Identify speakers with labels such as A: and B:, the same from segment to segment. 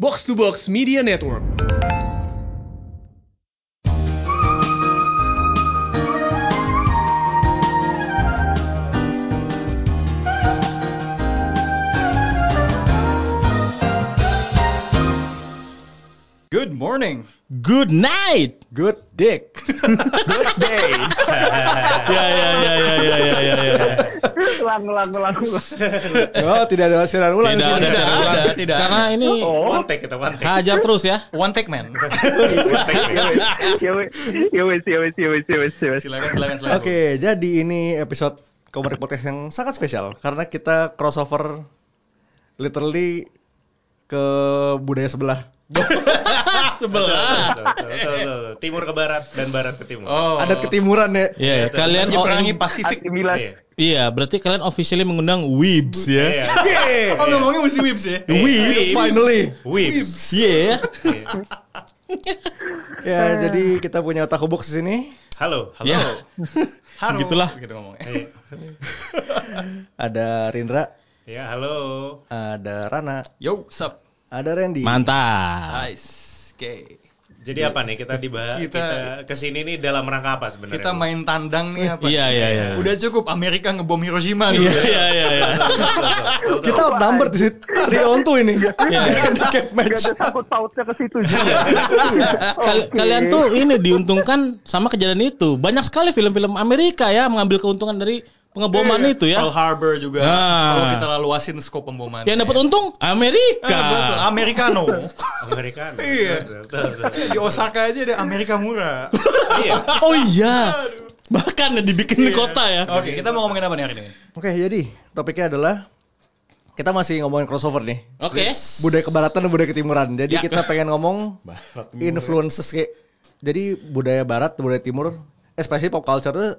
A: Box to Box Media Network.
B: Good morning.
C: Good night.
B: Good dick.
D: Day.
C: Ya ya ya ya ya ya ya. ya.
D: ulang, ulang, ulang, ulang.
B: Oh, tidak ada siaran ulang
C: Tidak
B: sih.
C: ada tidak ada tidak. Karena ini
D: Oh,
E: One take kita one take.
C: hajar terus ya.
E: One take man.
D: ya wes, ya wes, ya wes, ya wes, ya wes, ya wes.
E: silakan silakan silakan.
B: Oke, jadi ini episode Komedi Podcast yang sangat spesial karena kita crossover literally ke budaya sebelah.
C: Sebelah.
E: Tuh, tuh, tuh, tuh, tuh. Timur ke barat dan barat ke timur.
C: Oh.
B: Adat ketimuran ya.
C: Iya,
E: Tuh,
C: kalian
E: menyeberangi
C: orang
E: Pasifik.
D: Anti Milan.
E: Iya.
C: Iya, berarti kalian officially mengundang Weebs
E: Iya.
C: ya.
B: Yeah.
E: Oh, ngomongnya
C: mesti Weebs ya.
B: Weebs, finally.
E: Weebs.
C: Iya.
E: Iya.
B: Ya, jadi kita punya Tahu Box di sini.
E: Halo, halo.
C: Ya.
E: Halo.
C: Begitulah.
E: Gitu ngomongnya.
B: Ada Rindra,
E: Iya, halo.
B: ada Rana,
C: Yo, sup.
B: ada Randy.
C: Mantap.
F: Nice. Oke.
E: Jadi
C: Iya.
E: apa nih kita dibahas kita,
F: Kita-
E: kesini nih dalam rangka apa sebenarnya?
F: Kita main tandang nih apa?
C: Iya iya iya.
F: Udah cukup Amerika ngebom Hiroshima dulu. ya.
C: Iya iya iya. iya.
B: Kita outnumbered di sini. 3 on 2 ini.
C: Iya.
B: Handicap
D: Gak
B: match.
D: ada sangkut pautnya ke situ juga.
C: Kal- Kalian tuh ini diuntungkan sama kejadian itu. Banyak sekali film-film Amerika ya mengambil keuntungan dari pengeboman
F: Iya.
C: itu ya.
F: Pearl Harbor juga.
C: Nah.
F: Kalau kita laluasin skop pemboman.
C: Yang dapat untung
F: Ah, betul.
C: Amerika.
F: Americano.
E: Amerika.
F: Iya. Di Osaka aja ada Amerika murah.
E: Iya.
C: Oh iya. Bahkan dibikin di kota ya.
F: Iya. Oke, kita mau ngomongin apa nih hari ini?
B: Oke, jadi topiknya adalah kita masih ngomongin crossover nih.
C: Oke.
B: budaya kebaratan dan budaya ketimuran. Jadi
C: Ya.
B: kita pengen ngomong influences kayak jadi budaya barat, budaya timur, especially pop culture tuh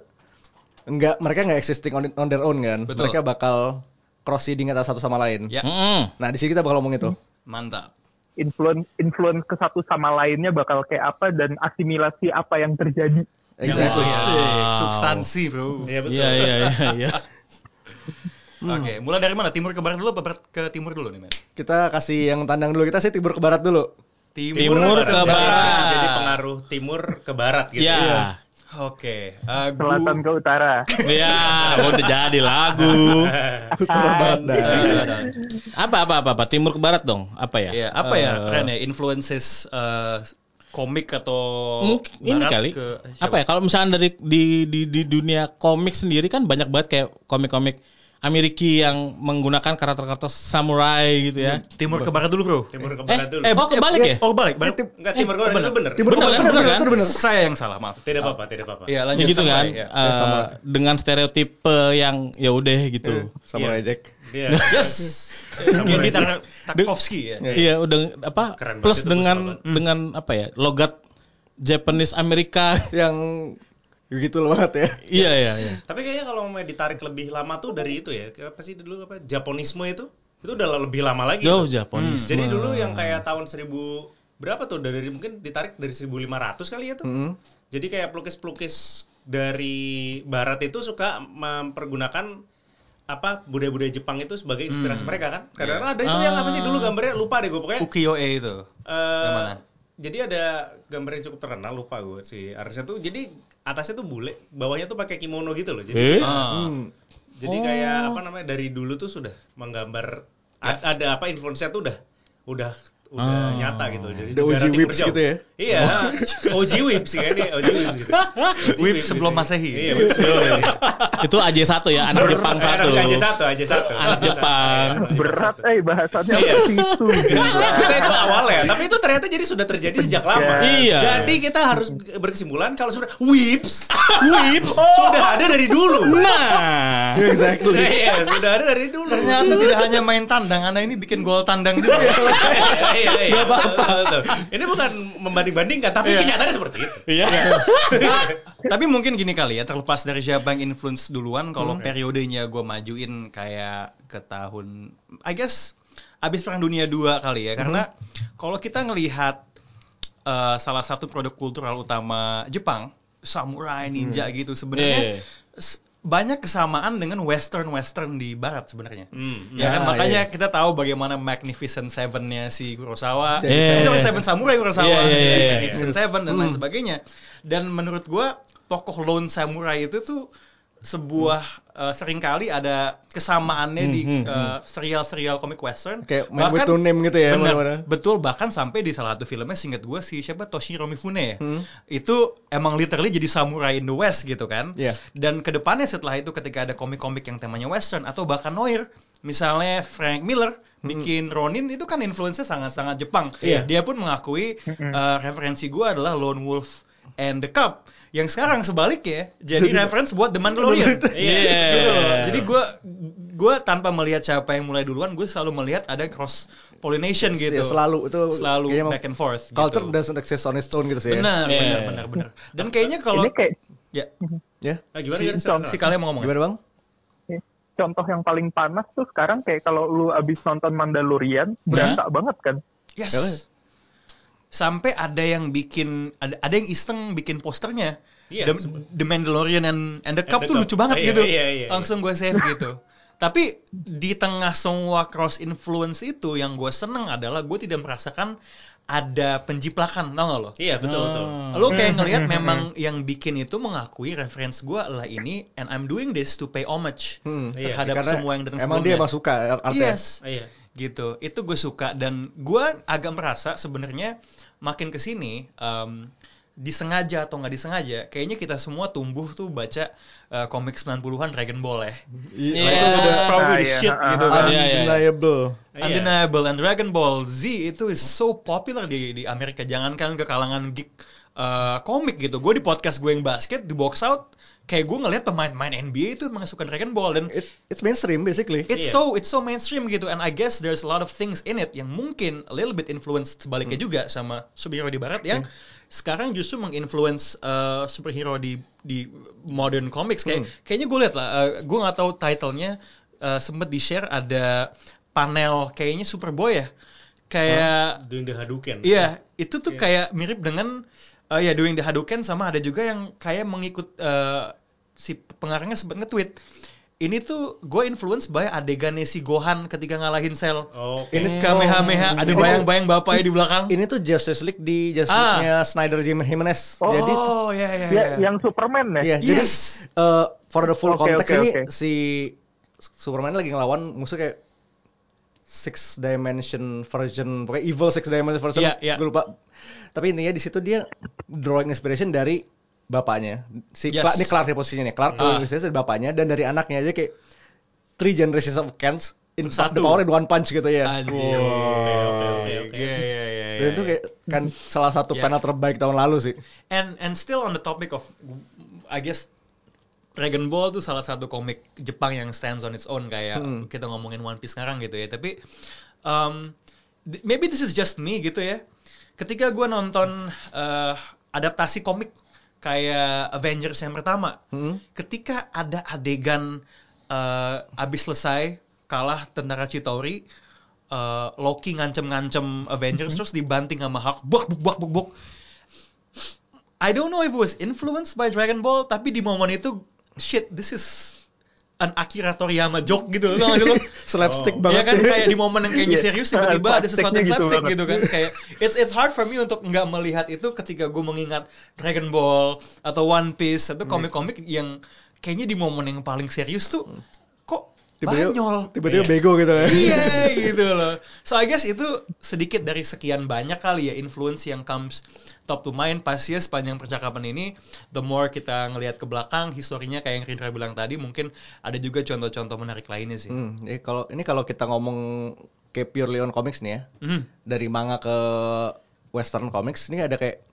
B: enggak mereka nggak existing on, on their own kan.
F: Betul.
B: Mereka bakal cross seeding antara satu sama lain.
F: Ya. Hmm.
C: Mm-mm.
B: Nah, di sini kita bakal ngomong itu.
F: Mantap.
D: Influence, influence ke satu sama lainnya bakal kayak apa dan asimilasi apa yang terjadi.
B: Exactly.
F: Ya,
C: Wow.
F: Asik, substansi, Bro.
E: Iya, betul.
C: Iya iya iya iya.
F: Oke, mulai dari mana? Timur ke barat dulu apa barat ke timur dulu nih, men?
B: Kita kasih yang tandang dulu. Kita sih timur ke barat dulu.
F: kan
C: Timur ke
E: Jadi-
C: barat.
E: Jadi pengaruh timur ke barat gitu.
C: Iya.
F: ya. Oke, eh, gua-
D: Selatan ke utara.
C: Iya, udah jadi lagu. Iya,
B: Utara barat dah.
C: Apa apa apa apa timur ke barat dong. Apa ya?
F: Iya, apa ya?
C: Eh,
F: Keren ya, influences eh, komik atau
C: mungkin ini
F: barat
C: kali
F: ke-
C: apa ya kalau misalnya dari di, di di dunia komik sendiri kan banyak banget kayak komik-komik Amerika yang menggunakan karakter-karakter samurai gitu ya.
F: Timur ke barat dulu, Bro.
E: Timur ke
C: Eh,
E: barat dulu.
C: eh, oh kebalik ya?
F: Oh, balik. barat-
E: Enggak timur ke barat itu bener.
B: Timur
C: Bener,
B: ke barat.
C: bener,
B: Bener,
C: kan?
B: bener, bener.
F: Saya yang salah, maaf.
E: Tidak apa-apa, tidak apa-apa.
F: Iya,
C: Ya,
F: lanjut
C: gitu
F: sampai,
C: kan.
F: ya.
C: Eh, dengan stereotipe yang ya udah gitu.
B: Eh, Sama
E: Iya.
B: Jack.
E: Dia
F: Yes. Gendy Tar- Tarkovsky ya.
B: Iya.
C: Iya, udah apa
E: Keren banget
C: plus
E: itu,
C: dengan
E: bagus
C: dengan apa ya? logat Japanese Amerika.
B: Yang begitu loh banget ya.
C: Iya, iya, iya.
E: Tapi kayaknya kalau mau ditarik lebih lama tuh dari itu ya. Apa sih dulu apa? Japonisme itu? Itu udah lebih lama lagi.
C: Jauh
E: tuh.
C: Japanese.
E: Jadi dulu yang kayak tahun 1000 berapa tuh dari mungkin ditarik dari 1500 kali ya tuh.
B: Mm.
E: Jadi kayak pelukis-pelukis dari barat itu suka mempergunakan apa budaya-budaya Jepang itu sebagai inspirasi
F: Hmm.
E: mereka kan.
F: Iya.
E: Kadang-kadang ada itu yang apa sih dulu gambarnya lupa deh gue pokoknya.
F: Ukiyo-e Iya. itu.
E: Eh,
F: Ah. Yang mana?
E: Jadi ada gambar yang cukup terkenal lupa gue sih. Harusnya tuh jadi atasnya tuh bule, bawahnya tuh pakai kimono gitu loh. Jadi
C: Eh?
F: Ah.
B: Mm.
E: jadi kayak
B: Oh.
E: apa namanya dari dulu tuh sudah menggambar a- ada apa influence-nya tuh udah udah udah
F: Ah.
E: nyata gitu. Jadi
B: The OG
E: negara timur
B: Whips
E: jauh.
B: gitu ya?
E: Iya. OG Whips sih kayaknya OG Whips gitu.
C: Iya,
E: OG
F: Whip sebelum
E: gitu.
F: Masehi.
E: Iya, Whip sebelum Masehi.
C: Itu AJ1 ya, anak Jepang satu.
E: Aja satu, aja satu.
C: Anak Jepang.
D: Berat, eh bahasannya
E: Iya.
D: ke situ.
E: Maksudnya itu awalnya, tapi itu ternyata jadi sudah terjadi sejak lama.
C: Iya.
E: Jadi kita harus berkesimpulan kalau sudah whips, whips
F: oh.
E: sudah ada dari dulu.
C: Nah,
B: Exactly.
E: Iya, sudah ada dari dulu.
F: Ternyata tidak hanya main tandang, Anda ini bikin gol tandang juga. ya.
E: Iya, iya, iya. Betul, betul. Ini bukan membanding-bandingkan, tapi
C: Iya.
E: kenyataannya seperti itu.
F: Tapi mungkin gini kali ya, terlepas dari siapa yang influence duluan, kalau periodenya gue majuin kayak ke tahun, I guess abis perang dunia dua kali ya, karena kalau kita ngelihat eh, salah satu produk kultural utama Jepang, samurai ninja gitu sebenarnya
C: Yeah.
F: s- banyak kesamaan dengan western western di barat sebenarnya.
E: Hmm,
F: Ya, kan
B: Ya,
F: makanya
B: iya.
F: kita tahu bagaimana Magnificent Seven-nya si Kurosawa.
B: Jadi
F: Itu
C: Seven.
F: Seven Samurai Kurosawa,
C: Iya, iya, iya, Hmm. iya.
F: Magnificent Seven dan lain sebagainya. Dan menurut gua tokoh Lone Samurai itu tuh sebuah eh, seringkali ada kesamaannya di
C: Hmm,
F: eh, serial-serial komik western.
B: Kayak Man with No Name gitu ya,
F: benar,
B: mana-mana.
F: Betul, bahkan sampai di salah satu filmnya singkat gua si siapa Toshiro Mifune ya.
B: Hmm.
F: Itu emang literally jadi samurai in the west gitu kan.
B: Iya.
F: Dan kedepannya setelah itu ketika ada komik-komik yang temanya western atau bahkan noir, misalnya Frank Miller bikin Ronin itu kan influence sangat-sangat Jepang.
B: Hmm. Iya. Hmm.
F: Dia pun mengakui eh, referensi gua adalah Lone Wolf and the Cub yang sekarang sebaliknya jadi reference buat The Mandalorian.
C: Iya.
F: Gitu loh. Jadi gua gua tanpa melihat siapa yang mulai duluan, gue selalu melihat ada cross pollination gitu.
B: Ya, selalu itu
F: selalu
B: kayaknya emang
F: back and forth
B: culture
F: gitu.
B: doesn't exist on its own gitu sih ya.
F: Benar,
C: Iya.
F: benar, benar, benar. Dan kayaknya kalau
D: Ini kayak
F: ya
B: Ya.
E: Ah, gimana
F: si,
E: Garis?
F: si kalian mau ngomong. ya?
B: Gimana Bang?
D: contoh yang paling panas tuh sekarang kayak kalau lu abis nonton Mandalorian berantak banget kan
F: Yes.
B: Kalian?
F: Sampai ada yang bikin ada, ada yang iseng bikin posternya.
E: Iya,
F: The,
E: sempet.
F: The Mandalorian and, and the
E: And
F: Cup
E: the
F: tuh
E: Cup.
F: lucu banget
E: Iya,
F: gitu.
E: iya, iya, iya.
F: Langsung gue save gitu. Tapi di tengah semua cross influence itu yang gue seneng adalah gue tidak merasakan ada penjiplakan, tau gak lo?
E: Iya, betul betul.
C: Ah.
F: Lo kayak ngelihat memang yang bikin itu mengakui reference gue adalah ini and I'm doing this to pay homage
B: Hmm,
E: iya.
F: terhadap
B: Karena
F: semua yang datang
B: Emang dia
F: sebelumnya.
B: emang suka ya? ar- artnya.
F: Yes
E: Ah, Iya.
F: gitu itu gue suka dan gue agak merasa sebenarnya makin kesini em, disengaja atau nggak disengaja kayaknya kita semua tumbuh tuh baca eh, komik 90-an Dragon Ball ya
B: Iya.
F: Itu was probably the
D: Ah, iya.
F: shit gitu kan
C: Iya, iya, iya.
B: Undeniable.
E: Iya.
F: Undeniable and Dragon Ball Z itu is so popular di di Amerika jangankan ke kalangan geek eh, komik gitu gue di podcast gue yang basket di box out kayak gue ngeliat pemain-pemain NBA itu emang suka Dragon Ball dan
B: It- It's mainstream basically.
E: Iya.
F: It's so it's so mainstream gitu and I guess there's a lot of things in it yang mungkin a little bit influenced sebaliknya juga sama superhero di barat yang sekarang justru menginfluence uh, superhero di di modern comics kayak kayaknya gue liat lah uh, gue nggak tahu titlenya uh, sempet di share ada panel kayaknya Superboy ya kayak
E: Doing the Hadouken.
F: Iya, itu tuh kayak mirip dengan eh, ya doing the Hadouken sama ada juga yang kayak mengikut eh, si pengarangnya sempat nge-tweet. Ini tuh gue influence by adegannya si Gohan ketika ngalahin Cell.
E: Oke.
F: Ini kamehameha, ada bayang-bayang bapaknya di belakang.
B: Oh. Ini tuh Justice League di Justice
F: Ah.
B: League-nya Snyder Jim Jimenez.
F: Oh,
B: Jadi
F: ya ya
D: ya,
F: ya.
D: yang Superman ya
B: Iya, jadi
F: Yes.
B: eh, for the full
D: Oke,
B: context
D: oke,
B: ini
D: oke.
B: si Superman lagi ngelawan musuh kayak six dimension version, pokoknya evil six dimension version,
F: Iya, iya.
B: gue lupa. Tapi intinya di situ dia drawing inspiration dari bapaknya. Si
F: Yes.
B: Clark, ini Clark nih posisinya nih. Clark
F: Ah.
B: drawing inspiration dari bapaknya dan dari anaknya aja kayak three generations of Kents in fact,
F: Satu.
B: the power in one punch gitu ya.
F: Anjir.
E: oke, oke.
F: Iya, iya, iya,
B: Dan itu
F: iya.
B: kayak kan salah satu
F: Iya.
B: panel terbaik tahun lalu sih.
F: And and still on the topic of I guess Dragon Ball tuh salah satu komik Jepang yang stands on its own kayak
B: Hmm.
F: kita ngomongin One Piece sekarang gitu ya. Tapi um, th- maybe this is just me gitu ya. Ketika gua nonton eh, adaptasi komik kayak Avengers yang pertama,
B: Hmm.
F: ketika ada adegan eh, abis selesai kalah tentara Chitauri eh, Loki ngancem-ngancem Avengers terus dibanting sama Hulk buk buk buk buk buk I don't know if it was influenced by Dragon Ball tapi di momen itu shit this is an Akira Toriyama joke gitu loh tau gak sih lo?
B: Slapstick
E: Oh.
B: banget.
F: Iya kan kayak di momen yang kayaknya
D: Iya.
F: serius tiba-tiba ada sesuatu
D: Slapsticknya
F: yang
D: gitu
F: slapstick
D: banget.
F: gitu kan kayak it's it's hard for me untuk nggak melihat itu ketika gue mengingat Dragon Ball atau One Piece atau komik-komik yang kayaknya di momen yang paling serius tuh kok banyol
B: tiba-tiba bego gitu kan.
F: iya gitu loh so I guess itu sedikit dari sekian banyak kali ya influence yang comes top to mind pasti ya sepanjang percakapan ini the more kita ngelihat ke belakang historinya kayak yang Rindra bilang tadi mungkin ada juga contoh-contoh menarik lainnya sih
B: Hmm, ini kalau ini kalau kita ngomong kayak pure Leon Comics nih ya,
F: Mhm.
B: dari manga ke Western Comics ini ada kayak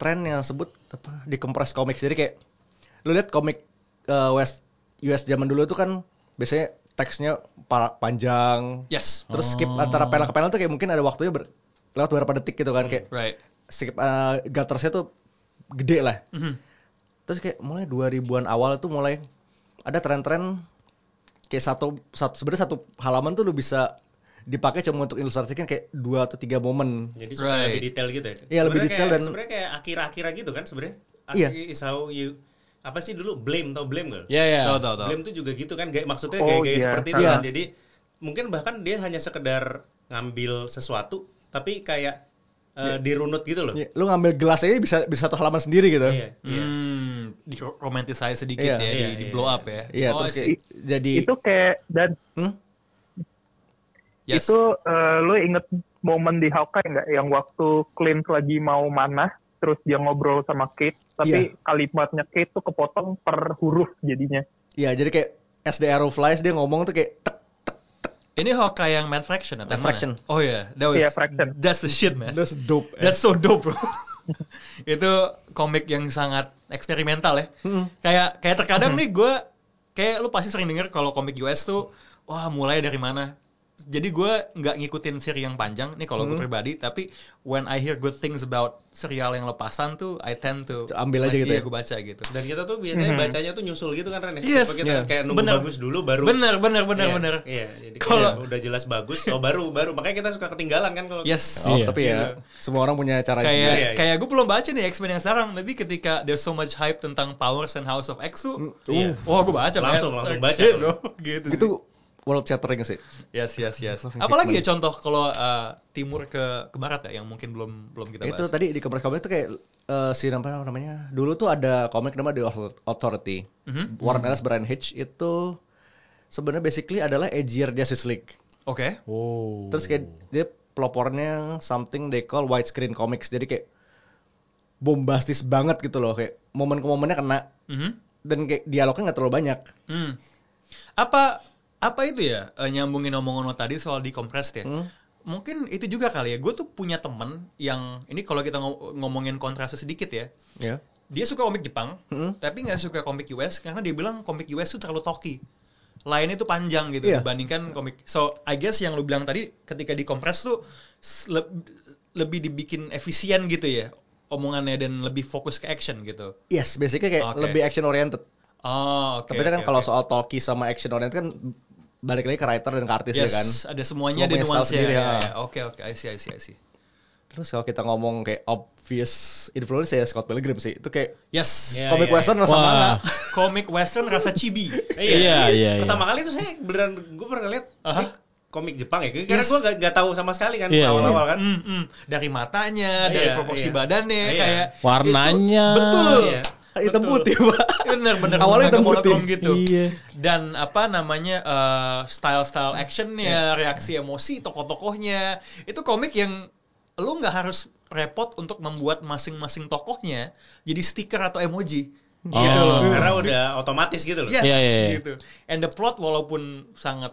B: tren yang sebut apa dikompres komik jadi kayak lu lihat komik eh, West US zaman dulu itu kan biasanya teksnya para- panjang
F: yes
B: terus skip antara panel ke panel tuh kayak mungkin ada waktunya ber- lewat beberapa detik gitu kan kayak
F: right
B: skip eh, guttersnya tuh gede lah
F: Mhm.
B: terus kayak mulai 2000-an awal itu mulai ada tren-tren kayak satu, satu sebenarnya satu halaman tuh lu bisa dipakai cuma untuk ilustrasikan kayak dua atau tiga momen.
E: Jadi supaya
F: Right.
E: lebih detail gitu ya.
B: Iya, lebih
E: Sebenarnya
B: detail
E: kayak-
B: dan-
E: sebenarnya kayak akira-akira gitu kan sebenarnya.
B: Iya.
E: Is how you apa sih dulu blame tau blame gak?
C: Ya ya.
F: Tahu tahu tahu.
E: Blame tuh juga gitu kan, gaya, maksudnya
D: Oh,
E: gaya-gaya
D: iya,
E: seperti itu
B: iya.
E: kan. Jadi mungkin bahkan dia hanya sekedar ngambil sesuatu, tapi kayak eh, dirunut gitu loh.
B: Iya, Lu ngambil gelas aja bisa bisa satu halaman sendiri gitu.
E: Iya, iya.
F: Hmm, di romanticize sedikit
B: Iya,
F: ya,
E: iya,
F: di, di
E: iya,
F: blow
E: iya.
F: up ya.
B: Iya,
F: Oh,
B: terus
F: I see.
B: kayak jadi
D: itu kayak dan
B: Hmm?
F: Yes.
D: Itu eh, lo inget momen di Hawkeye nggak yang waktu Clint lagi mau mana terus dia ngobrol sama Kate tapi kalimatnya Kate tuh kepotong per huruf jadinya.
B: Iya, jadi kayak as the arrow flies dia ngomong tuh kayak tek.
F: ini Hawkeye yang Mad Fraction
B: Mad
F: atau yang mana?
B: Fraction.
F: Oh iya, that was
D: Iya, Fraction.
F: That's the shit, man.
B: That's dope.
F: That's so dope, bro. itu komik yang sangat eksperimental ya.
E: Hmm.
F: Kayak kayak terkadang nih gue kayak lu pasti sering denger kalau komik US tuh wah mulai dari mana. Jadi gue nggak ngikutin seri yang panjang nih kalau gue
E: Hmm.
F: pribadi, tapi when I hear good things about serial yang lepasan tuh I tend to
B: Ambil aja gitu
F: Iya,
B: ya?
F: gue baca gitu.
E: Dan kita tuh biasanya
B: Hmm.
E: bacanya tuh nyusul gitu kan Ren ya?
F: Yes,
E: Tipe kita
B: iya.
E: kan kayak nunggu
F: Bener.
E: bagus dulu baru
F: Bener bener bener
E: Iya,
F: bener.
E: Iya, jadi kalau
F: Kalau-
E: udah jelas bagus, oh baru baru makanya kita suka ketinggalan kan kalau
F: Yes.
B: Oh,
C: Iya.
B: tapi ya semua orang punya cara
F: kayak
E: Iya, iya.
F: kayak gue belum baca nih X-Men yang sekarang tapi ketika there's so much hype tentang Powers and House of X tuh
E: Iya.
F: wah gue baca man.
E: Langsung- langsung
F: Like,
E: baca.
F: shit, bro. gitu sih.
B: itu world shattering sih.
F: yes yes yes apalagi ya contoh kalau uh, timur ke ke barat ya yang mungkin belum belum kita
B: itu
F: bahas
B: tadi di komik komik itu kayak eh, si apa namanya dulu tuh ada komik nama The Authority
F: Mhm.
B: Warren Ellis Brian Hitch itu sebenarnya basically adalah edgier Justice League
F: oke
C: Oh.
B: terus kayak dia pelopornya something they call widescreen comics jadi kayak bombastis banget gitu loh kayak momen ke momennya kena
F: Mhm.
B: dan kayak dialognya nggak terlalu banyak
F: Hmm. Apa apa itu ya eh, nyambungin omongan lo tadi soal dikompres ya?
B: Hmm.
F: Mungkin itu juga kali ya. Gue tuh punya temen yang ini kalau kita ngo- ngomongin kontrasnya sedikit ya.
B: ya
F: Dia suka komik Jepang,
B: Mm-mm.
F: tapi nggak suka komik US karena dia bilang komik US tuh terlalu toki. Lainnya tuh panjang gitu
B: Iya.
F: dibandingkan komik. So, I guess yang lu bilang tadi ketika dikompres tuh s- leb- lebih dibikin efisien gitu ya omongannya dan lebih fokus ke action gitu.
B: yes basically kayak
F: Oke.
B: lebih action oriented
F: Oh, oke.
B: tapi kan
F: oke,
B: kalau
F: oke.
B: soal talkie sama action oriented kan balik lagi ke writer dan ke artis ya kan
F: Yes, ada semuanya ada
B: Semua punya style
F: nuansa.
B: sendiri,
F: ya,
B: ya.
F: ya. Oke, oke, I see, I see, I see.
B: Terus kalau kita ngomong kayak obvious influence ya Scott Pilgrim sih. Itu kayak
F: Yes.
E: Iya,
B: komik
E: iya,
B: western
C: iya.
B: rasa
C: Wah.
B: mana?
F: Komik western rasa chibi.
E: Eh,
C: Iya, iya, iya.
E: Pertama kali itu saya beneran gue pernah lihat
F: Aha.
E: komik Jepang ya, karena
F: Yes.
E: gue gak, gak tahu sama sekali kan
C: Iya,
E: awal-awal kan.
F: Mm, mm. Dari matanya,
E: Iya,
F: dari proporsi
E: iya.
F: badannya
E: Iya.
F: kayak
C: Warnanya.
F: itu- betul.
E: Iya.
B: Kan Hitam
F: Betul.
B: putih, Pak.
F: Bener, bener.
B: Awalnya hitam
F: Warna
B: putih.
F: monokrom gitu.
C: Iya.
F: Dan apa namanya eh, style-style
C: Iya.
F: actionnya, reaksi emosi tokoh-tokohnya. Itu komik yang lu nggak harus repot untuk membuat masing-masing tokohnya jadi stiker atau emoji. Gitu
C: Oh.
F: loh.
E: Iya, Karena udah otomatis gitu loh.
F: Yes,
C: Iya, iya, iya.
F: gitu. And the plot walaupun sangat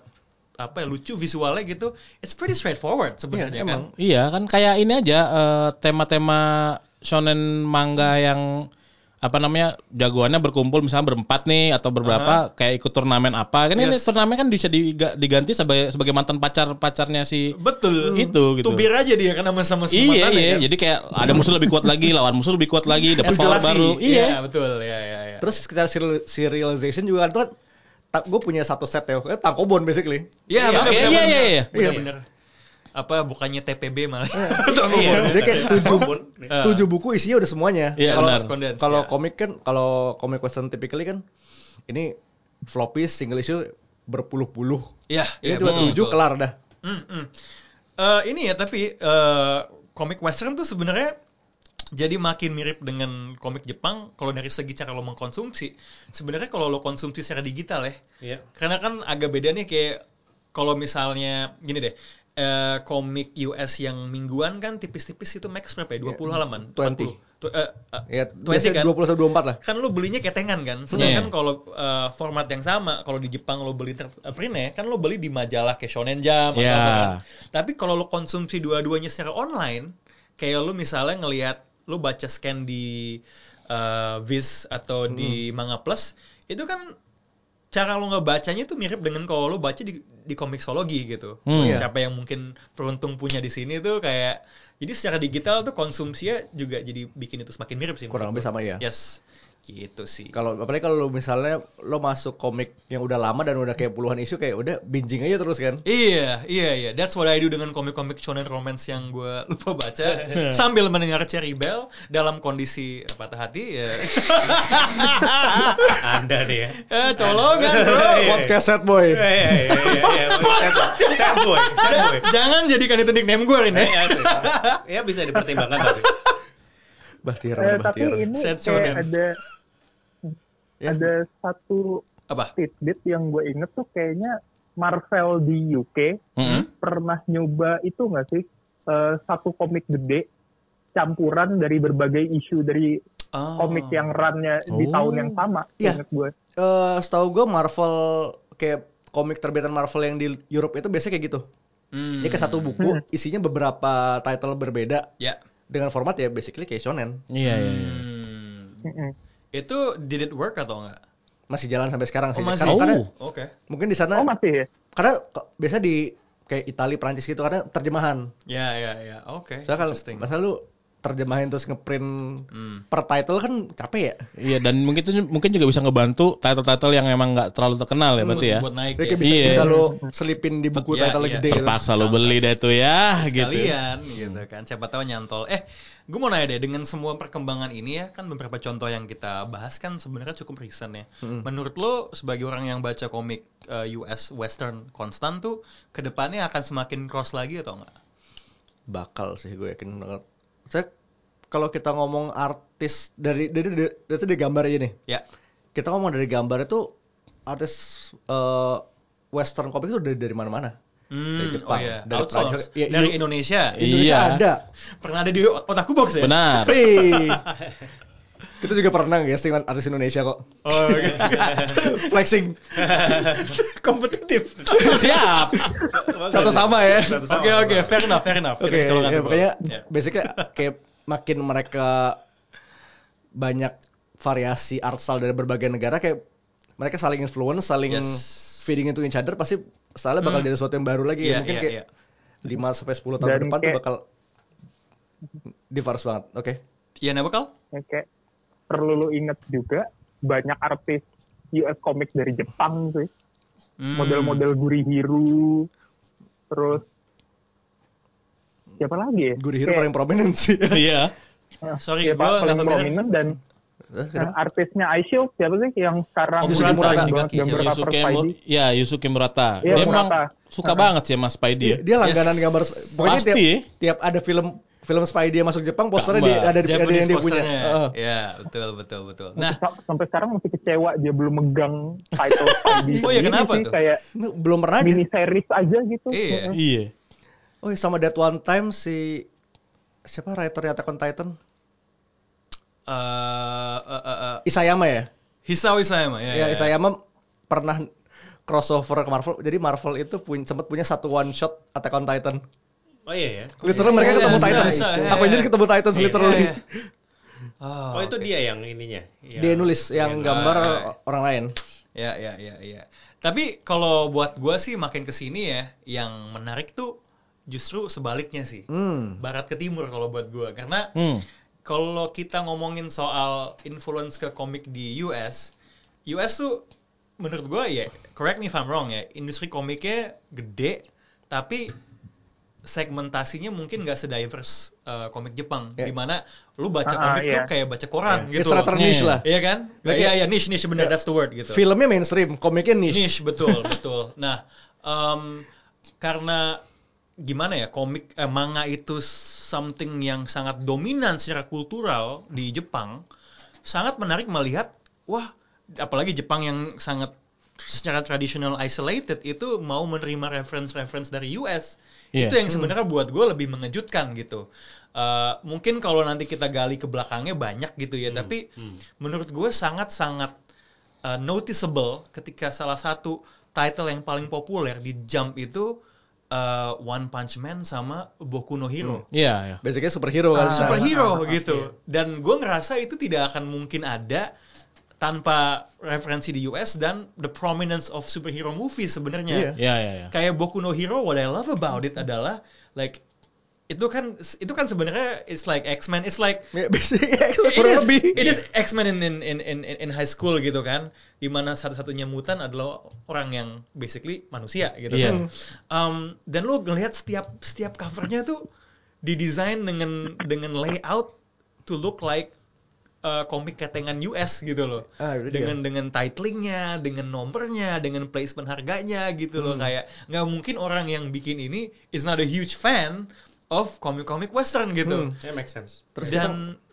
F: apa ya, lucu visualnya gitu, it's pretty straightforward sebenarnya
B: Iya,
F: kan.
B: emang.
C: Iya kan kayak ini aja eh, tema-tema shonen manga yang apa namanya jagoannya berkumpul misalnya berempat nih atau berberapa kayak ikut turnamen apa kan ini
F: Yes.
C: turnamen kan bisa diga- diganti sebagai sebagai mantan pacar pacarnya si
F: Betul. ya.
C: Itu, gitu.
F: Tubir aja dia kan sama sama
C: iya iya jadi kayak ada musuh lebih kuat lagi lawan musuh lebih kuat lagi dapat power baru
F: Iya,
C: iya
F: betul. Iya, iya, iya.
B: Terus sekitar serial- serialization juga itu kan gue punya satu set ya, eh, tangkobon basically.
F: Iya, bener,
C: Iya, iya,
F: bener,
C: iya,
F: bener.
C: iya, iya.
F: Bener, bener. Apa bukannya TPB malah.
E: Iya.
B: Jadi kayak tujuh,
E: Apapun.
B: tujuh buku isinya udah semuanya.
C: Iya,
B: kalau
C: benar.
F: Condensed,
B: kalau
F: ya.
B: komik kan kalau komik western typically kan ini floppy single issue berpuluh-puluh.
F: Iya,
B: Ini
F: iya,
B: cuma
F: betul,
B: tujuh
F: betul.
B: kelar dah.
F: Hmm, hmm. Eh, ini ya tapi eh, komik western tuh sebenarnya jadi makin mirip dengan komik Jepang kalau dari segi cara lo mengkonsumsi. Sebenarnya kalau lo konsumsi secara digital ya,
E: Iya.
F: karena kan agak beda nih kayak kalau misalnya gini deh. eh, komik US yang mingguan kan tipis-tipis itu max berapa ya? 20 halaman?
B: 20.
F: 40. Tu- eh, eh,
B: Ya,
F: 20
B: biasanya
F: kan?
B: 20 sampai 24 lah.
F: kan lu belinya ketengan kan sedangkan
C: Iya.
F: kalau uh, format yang sama kalau di Jepang lu beli ter uh, printnya kan lu beli di majalah kayak Shonen Jump atau
C: Iya.
F: apa kan. tapi kalau lu konsumsi dua-duanya secara online kayak lu misalnya ngelihat lu baca scan di uh, Viz atau di
C: Hmm.
F: Manga Plus itu kan cara lo ngebacanya tuh mirip dengan kalau lo baca di di komiksologi gitu.
C: Hmm.
F: Buat Siapa yang mungkin beruntung punya di sini tuh kayak jadi secara digital tuh konsumsinya juga jadi bikin itu semakin mirip sih.
B: Kurang
F: menurut
B: lebih sama ya.
F: Yes. Gitu sih.
B: Kalau apalagi kalau lu misalnya lo masuk komik yang udah lama dan udah kayak puluhan isu kayak udah binging aja terus kan.
F: Iya, iya, iya. That's what I do dengan komik-komik shonen romance yang gue lupa baca sambil mendengar Cherry Bell dalam kondisi patah hati ya.
E: Anda deh ya.
F: eh, colongan, bro.
B: Podcast set boy.
E: Iya, iya, iya, iya, iya. Sad boy, sad boy, sad boy.
F: Jangan jadikan itu nickname gue hari ini.
E: Ya, itu. Ya bisa dipertimbangkan tapi.
B: Bahtiar,
D: Eh, tapi
B: bahtiar.
D: ini kayak
F: Set shonen.
D: ada
B: Ya.
F: Iya.
D: ada satu
F: Apa?
D: tidbit yang gue inget tuh kayaknya Marvel di UK
C: Mm-mm.
D: pernah nyoba itu nggak sih eh, satu komik gede campuran dari berbagai isu dari
F: Oh.
D: komik yang runnya di
C: Oh.
D: tahun yang sama
B: Iya.
D: inget gue
B: Eh, setahu gue Marvel kayak komik terbitan Marvel yang di Europe itu biasanya kayak gitu.
F: Hmm.
B: Ini ke satu buku isinya beberapa title berbeda
F: Ya.
B: dengan format ya basically kayak shonen.
C: Iya, iya, iya.
F: Hmm.
D: Mm-mm.
F: Itu did it work atau enggak?
B: Masih jalan sampai sekarang sih.
F: Oh, masih.
B: Karena, karena
C: Oh.
F: Oke.
B: mungkin di sana
D: oh masih ya
B: karena ke- biasa di kayak Itali, Prancis gitu karena terjemahan.
F: Ya, ya, ya. Oke.
B: Soalnya kalau
F: Interesting.
B: masa lu terjemahin terus ngeprint
F: Hmm.
B: per title kan capek ya.
C: Iya, dan mungkin itu mungkin juga bisa ngebantu title-title yang emang nggak terlalu terkenal ya berarti ya.
F: Buat naik
B: Jadi
F: ya.
B: kayak bisa
C: Iya.
B: bisa lu selipin di buku
F: Iya,
B: title
F: iya.
B: gede. gitu.
C: Terpaksa lo beli deh tuh ya, gitu.
F: sekalian gitu
B: Hmm.
F: kan siapa tahu nyantol eh gue mau nanya deh dengan semua perkembangan ini ya kan beberapa contoh yang kita bahas kan sebenarnya cukup recent ya
B: Hmm.
F: menurut lo sebagai orang yang baca komik eh, US Western konstan tuh kedepannya akan semakin cross lagi atau enggak
B: bakal sih gue yakin banget. Saya kalau kita ngomong artis dari dari dari, dari, dari gambar aja nih.
F: ya
B: Kita ngomong dari gambar itu artis eh, western komik itu dari dari mana-mana.
F: Hmm,
B: Dari Jepang,
F: oh iya.
B: dari
F: Outsource.
B: Prancis, iya,
F: dari
B: iya.
F: Indonesia
B: Indonesia
C: Iya.
B: ada.
F: pernah ada di otakku box ya
C: Benar.
B: Hei. kita juga pernah guys dengan artis Indonesia kok.
F: oh, oke.
B: Flexing.
F: kompetitif
C: Siap.
B: Satu sama ya.
F: oke oke fair enough fair enough
B: Oke,
F: Kita colongan
B: ya,
F: dulu.
B: makanya
F: Ya.
B: basically kayak makin mereka banyak variasi art style dari berbagai negara kayak mereka saling influence, saling
F: Yes. Hmm.
B: feeding into each other pasti style bakal jadi sesuatu yang baru lagi
F: Iya,
B: mungkin
F: iya,
B: kayak
F: iya.
B: 5 sampai 10 tahun ke
D: Dan
B: depan tuh
D: kayak-
B: bakal diverse banget. Oke.
F: Iya, nah bakal
D: Ya, kayak perlu lu inget juga banyak artis US komik dari Jepang sih
F: Hmm.
D: model-model Gurihiru terus siapa lagi ya
B: Guru Hero
D: Kayak,
B: paling prominent sih.
C: Iya.
D: eh,
F: Sorry,
D: siapa
F: gua nggak
D: paling
F: familiar.
D: prominent dan eh, artisnya iShield siapa sih yang sekarang
F: Oh, Yusuke
D: Murata,
F: Murata.
D: banget gambar cover
C: Yusuke Mur
D: Spidey.
C: ya, Yusuke Murata.
D: Iya,
C: Dia emang
D: Murata. Iya.
C: suka banget sih sama Spidey. ya.
B: Dia langganan
F: Iya. Yes.
B: gambar pokoknya
C: Pasti.
B: tiap tiap ada film film Spidey yang masuk Jepang posternya
C: Gambar.
B: dia, ada di- ada
F: Japanese
B: yang dia punya. Oh.
F: posternya.
B: Heeh.
F: Ya, betul betul betul. Nah,
D: Sa- sampai sekarang masih kecewa dia belum megang title Spidey
F: Oh, iya,
D: Ini
F: kenapa
D: sih
F: tuh?
D: kayak
B: Itu Belum pernah aja.
D: mini series aja gitu
F: Iya.
D: Heeh.
C: Iya.
B: Oh, sama that one time si siapa writernya Attack on Titan?
F: eh eh, eh, eh,
B: Isayama ya?
F: Hisao Isayama ya.
B: Ya, Isayama pernah crossover ke Marvel. Jadi Marvel itu punya sempat punya satu one shot Attack on Titan.
E: Oh iya ya.
B: Literally
F: iya.
B: mereka ketemu
F: Iya,
B: Titan.
F: iya, iya.
B: Avengers ketemu Titan
E: Iya.
B: literally.
F: Iya, Oh,
E: Oh itu
F: oke.
E: dia yang ininya. Yang-
B: Dia nulis yang
E: Iya.
B: gambar
F: Ah, ah.
B: orang lain.
F: Ya ya ya ya. Tapi kalau buat gua sih makin kesini ya, yang menarik tuh justru sebaliknya sih.
B: Hmm.
F: Barat ke timur kalau buat gua karena
C: Hmm.
F: kalau kita ngomongin soal influence ke komik di US, US tuh menurut gue ya, correct me if I'm wrong ya, industri komiknya gede, tapi segmentasinya mungkin nggak sedivers uh, komik Jepang,
B: Ya.
F: dimana lu baca
D: Ah,
F: komik tuh
D: iya.
F: kayak baca koran
B: Gitu. It's
F: gitu.
B: rather niche
C: Iya.
B: lah.
F: Iya kan?
B: Kayak-
F: Iya iya niche niche bener that's the word gitu.
B: Filmnya mainstream, komiknya niche.
F: Niche betul betul. Nah em, karena gimana ya komik eh, manga itu something yang sangat dominan secara kultural di Jepang, sangat menarik melihat wah apalagi Jepang yang sangat secara traditional isolated itu mau menerima reference-reference dari US
C: Iya.
F: itu yang sebenarnya buat gue lebih mengejutkan gitu Eh, mungkin kalau nanti kita gali ke belakangnya banyak gitu ya tapi menurut gue sangat-sangat uh, noticeable ketika salah satu title yang paling populer di Jump itu uh, One Punch Man sama Boku no Hero.
C: Iya, iya.
B: Basicnya superhero kan.
F: Ah. Superhero gitu. Dan gue ngerasa itu tidak akan mungkin ada tanpa referensi di US dan the prominence of superhero movie
B: Iya.
F: sebenarnya
C: Iya, iya, iya.
F: kayak Boku no Hero what I love about it adalah like itu kan itu kan sebenarnya it's like X-Men, it's like
B: Ya, basically
F: It
B: kurang
F: is,
B: lebih.
F: it is X-Men in, in in in in high school gitu kan, dimana satu-satunya mutan adalah orang yang basically manusia gitu.
C: Iya.
F: kan. Um, dan lo ngelihat setiap setiap covernya tuh didesain dengan dengan layout to look like uh, komik ketengan US gitu loh.
B: Ah, itu dia.
F: dengan dengan titlingnya, dengan nomornya, dengan placement harganya gitu loh kayak nggak mungkin orang yang bikin ini is not a huge fan of komik-komik western gitu.
E: Ya make sense.
B: Terus
F: Dan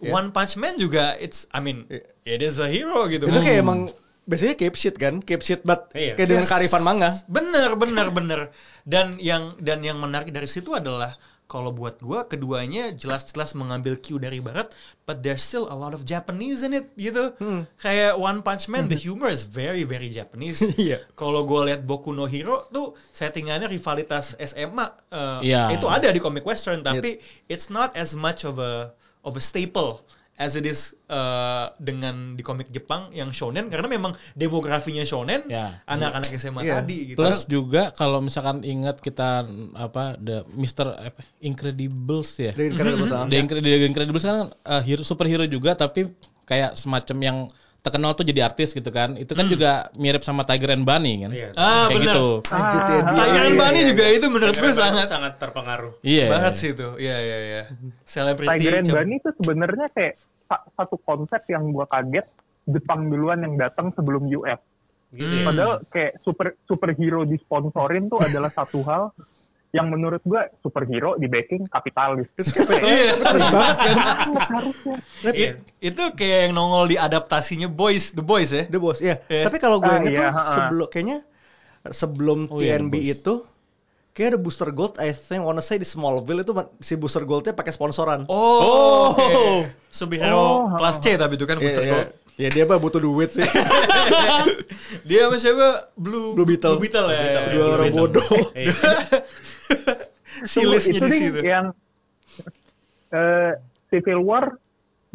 B: kita- ya.
F: One Punch Man juga it's I mean
B: Iya.
F: it is a hero gitu.
B: itu kayak
F: Hmm.
B: emang biasanya cape shit kan, cape shit but
E: Iya.
B: kayak dengan
F: Yes.
B: karifan manga.
F: Bener bener bener. Dan yang dan yang menarik dari situ adalah kalau buat gua keduanya jelas-jelas mengambil cue dari barat but there's still a lot of Japanese in it gitu.
B: Hmm.
F: Kayak One Punch Man the humor is very very Japanese.
B: Iya.
F: Kalau gua lihat Boku no Hero tuh settingannya rivalitas SMA eh,
C: Iya.
F: itu ada di komik
B: Iya.
F: western tapi it's not as much of a of a staple as it is eh, dengan di komik Jepang yang shonen karena memang demografinya shonen
C: Ya.
F: anak-anak SMA
B: Iya.
F: tadi gitu.
C: Plus juga kalau misalkan ingat kita apa the Mr. apa, Incredibles ya.
B: Dari karifan bersama.
C: The, Incred- The Incredibles kan eh, hero, superhero juga tapi kayak semacam yang terkenal tuh jadi artis gitu kan. Itu kan juga mirip sama Tiger and Bunny kan.
E: Iya.
F: Ah,
C: kayak
F: bener.
C: gitu.
B: Lanjut ya, dia.
F: Tiger and
B: Iya,
F: Bunny
B: iya,
F: juga itu menurut gue
E: Karena
F: sangat
E: sangat terpengaruh.
C: Iya.
F: banget sih itu. Iya iya iya. Celebrity.
D: Tiger and
F: cem-
D: Bunny itu sebenarnya kayak sa- satu konsep yang gua kaget Jepang duluan yang datang sebelum US.
E: Gitu
F: Hmm.
E: ya.
D: Padahal kayak super superhero disponsorin tuh adalah satu hal yang menurut gua superhero di backing kapitalis.
F: Iya.
D: Harusnya.
B: Iya.
F: It- itu kayak yang nongol di adaptasinya Boys, The Boys ya.
B: The Boss ya.
F: Iya.
B: Tapi kalau gue
D: Ah,
B: inget
D: iya,
B: tuh
D: ha-ha.
B: sebelum kayaknya sebelum
C: Oh, iya, The
B: TNB
C: Boss.
B: itu kayak ada Booster Gold I think wanna say di Smallville itu si Booster Goldnya pakai sponsoran.
F: Oh. oke.
B: Oh.
F: Superhero
D: Oh.
F: kelas C tapi itu kan
B: Iya,
F: Booster
B: iya.
F: Gold.
B: Ya dia mah butuh duit sih.
F: Dia sama siapa? Blue
B: Blue Beetle.
F: Blue Beetle ya.
E: Beetle.
B: Dua orang
E: Beetle.
B: bodoh.
E: Iya.
D: Itu-
F: Silisnya
D: itu
F: di
D: nih
F: situ.
D: yang eh, Civil
F: Hmm?
D: War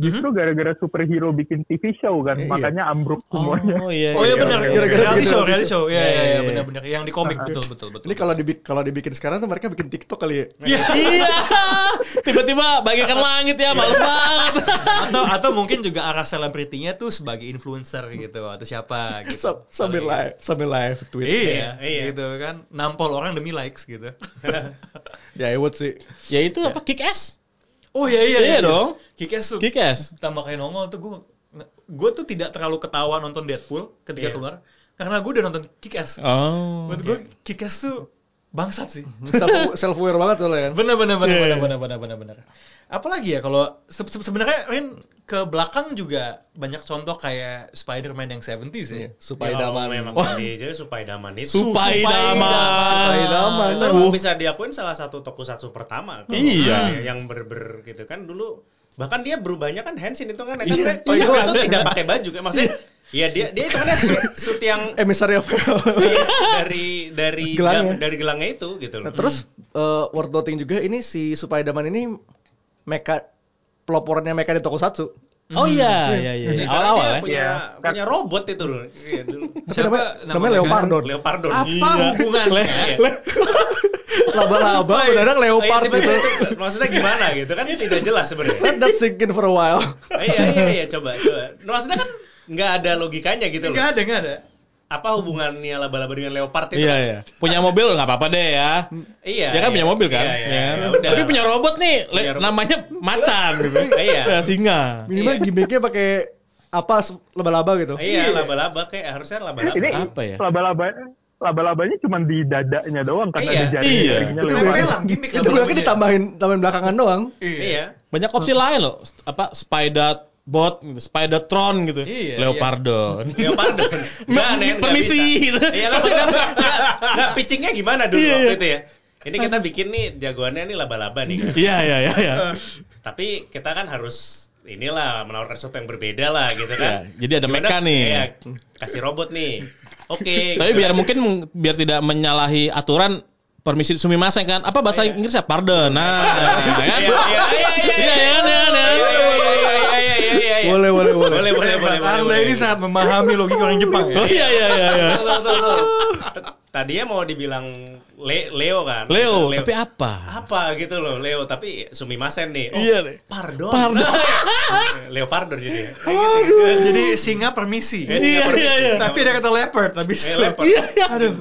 D: justru gara-gara superhero bikin TV show kan,
F: Eh,
B: Iya.
D: makanya ambruk semuanya.
C: Oh iya.
F: Oh iya
B: Iya,
F: benar.
B: iya, iya. Gara-gara
F: Reality
B: gitu,
F: show,
B: reality
F: reality
B: show.
F: show. Iya iya
B: Iya,
F: iya
B: iya.
F: benar-benar yang di komik betul betul betul.
B: Ini kalau dibi- kalau dibikin sekarang tuh mereka bikin TikTok kali ya.
F: Iya.
C: Iya. Tiba-tiba bagaikan langit ya, males banget.
F: atau atau mungkin juga arah selebritinya tuh sebagai influencer gitu atau siapa gitu.
B: Sam- Sambil live, sambil live tweet.
F: Iya,
E: Iya.
F: gitu kan. Nampol orang demi likes gitu.
B: Ya, I would sih.
C: ya itu apa kick ass?
F: oh iya iya.
C: Iya dong.
F: Kikes tuh.
C: Kick ass.
F: Tambah kayak nongol tuh gue gue tuh tidak terlalu ketawa nonton Deadpool ketika
E: Iya.
F: keluar karena gue udah nonton Kikes.
C: Oh.
F: Menurut gue Kikes tuh bangsat sih.
E: Mhm.
B: Self- Self-aware banget soalnya kan.
F: Bener bener bener
B: Iya,
F: bener bener bener bener bener. Apalagi ya kalau se- se- sebenarnya Rin ke belakang juga banyak contoh kayak Spider-Man yang 70s
E: Iya.
F: ya.
B: Supaya
E: Kalau
B: daman.
E: memang
B: Oh,
E: di- jadi Supaidaman itu
C: Supaidama.
B: Supaidama.
E: itu emang bisa diakuin salah satu tokusatsu pertama kalau
C: Iya.
E: yang berber gitu kan dulu bahkan dia berubahnya kan Henshin itu kan kan
B: Iya,
E: oh,
B: iya.
E: itu kan tidak pakai baju kan maksudnya ya dia dia itu kan suit, suit yang
B: emissary of
E: iya, dari dari
B: Gelangnya.
E: jam- dari gelangnya itu gitu
B: Nah,
E: loh.
B: terus eh, worth noting juga ini si Spiderman ini meka pelopornya meka di Tokusatsu.
C: Oh iya, iya iya.
E: Iya,
C: iya.
E: karena
C: Awal-awal
E: dia
C: ya.
E: punya,
D: Iya.
E: punya robot itu loh Iya, dulu.
B: Siapa namanya?
F: namanya
B: Namanya
F: kan?
B: Leopardon.
E: Leopardon
F: Apa hubungannya?
E: Iya.
B: Laba-laba benar leopard
E: Iya,
B: gitu.
E: tiba-tiba itu, maksudnya gimana gitu kan tidak jelas sebenarnya
B: Let that sink in for a while.
E: Ah, iya iya iya coba coba maksudnya kan nggak ada logikanya gitu loh
F: Enggak ada, enggak ada.
E: apa hubungannya laba-laba dengan leopard itu
C: Iya iya. Punya mobil nggak apa-apa deh ya.
E: iya
C: Ya kan punya mobil kan.
E: iya, iya,
C: Ya kan?
E: ya udah.
C: Tapi punya robot nih, le-
E: Punya robot.
C: namanya macan gitu.
E: Iya.
C: Ya, singa.
B: Minimal
E: Iya.
B: gimmicknya pakai apa se- laba-laba gitu.
E: iya laba-laba kayak harusnya
F: Oh,
E: laba-laba
D: Ini
C: Apa ya?
D: laba-laba laba-labanya cuma di dadanya doang karena
E: Iya.
D: di jari-jarinya
C: Iya.
B: Itu
D: lewat.
B: gue
F: Lepelan,
B: yakin,
F: gimmick
B: itu gue yakin
F: laba-labanya.
B: ditambahin tambahin belakangan doang.
E: iya
C: Banyak opsi lain loh. S- Apa spider bot, spider tron gitu.
F: Iya,
C: Leopardon.
E: leopard
C: Mbak, permisi.
E: iya kan maksudnya nggak- nggak- pitchingnya gimana dulu
C: Iya,
E: waktu
C: iya.
E: itu ya ini kita bikin nih jagoannya nih laba-laba nih kan
C: Iya iya iya iya.
E: tapi kita kan harus inilah menawarkan sesuatu yang berbeda lah gitu kan
C: Iya, jadi ada
E: Gimana-
C: mecha nih.
E: iya, kasih robot nih oke gitu.
C: Tapi biar mungkin meng- biar tidak menyalahi aturan permisi sumimasen kan. Apa bahasa
E: Iya.
C: Inggrisnya pardon. Nah, ya
E: Iya, iya, iya,
C: kan?
E: iya,
C: Iya, iya,
E: iya,
C: iya,
E: iya, iya,
C: iya, iya,
E: iya, iya, iya, iya, iya, iya.
B: Boleh, boleh, boleh.
E: Boleh, boleh, boleh, boleh,
F: Anda
E: boleh.
F: ini sangat memahami logika orang Jepang ya.
C: Oh iya iya iya iya.
E: Betul, betul, betul. T- Tadinya mau dibilang Le- Leo kan.
C: Leo, tapi apa?
E: apa gitu loh Leo tapi Sumimasen nih. Oh,
C: Iya, Le.
E: Pardon.
C: Pardon.
E: Leo Pardon jadi. ya?
C: Oh,
F: Jadi singa permisi.
E: Eh, singa
C: iya,
E: permisi.
C: iya.
F: Tapi ada kata leopard habis.
E: Eh, leopard.
F: Aduh.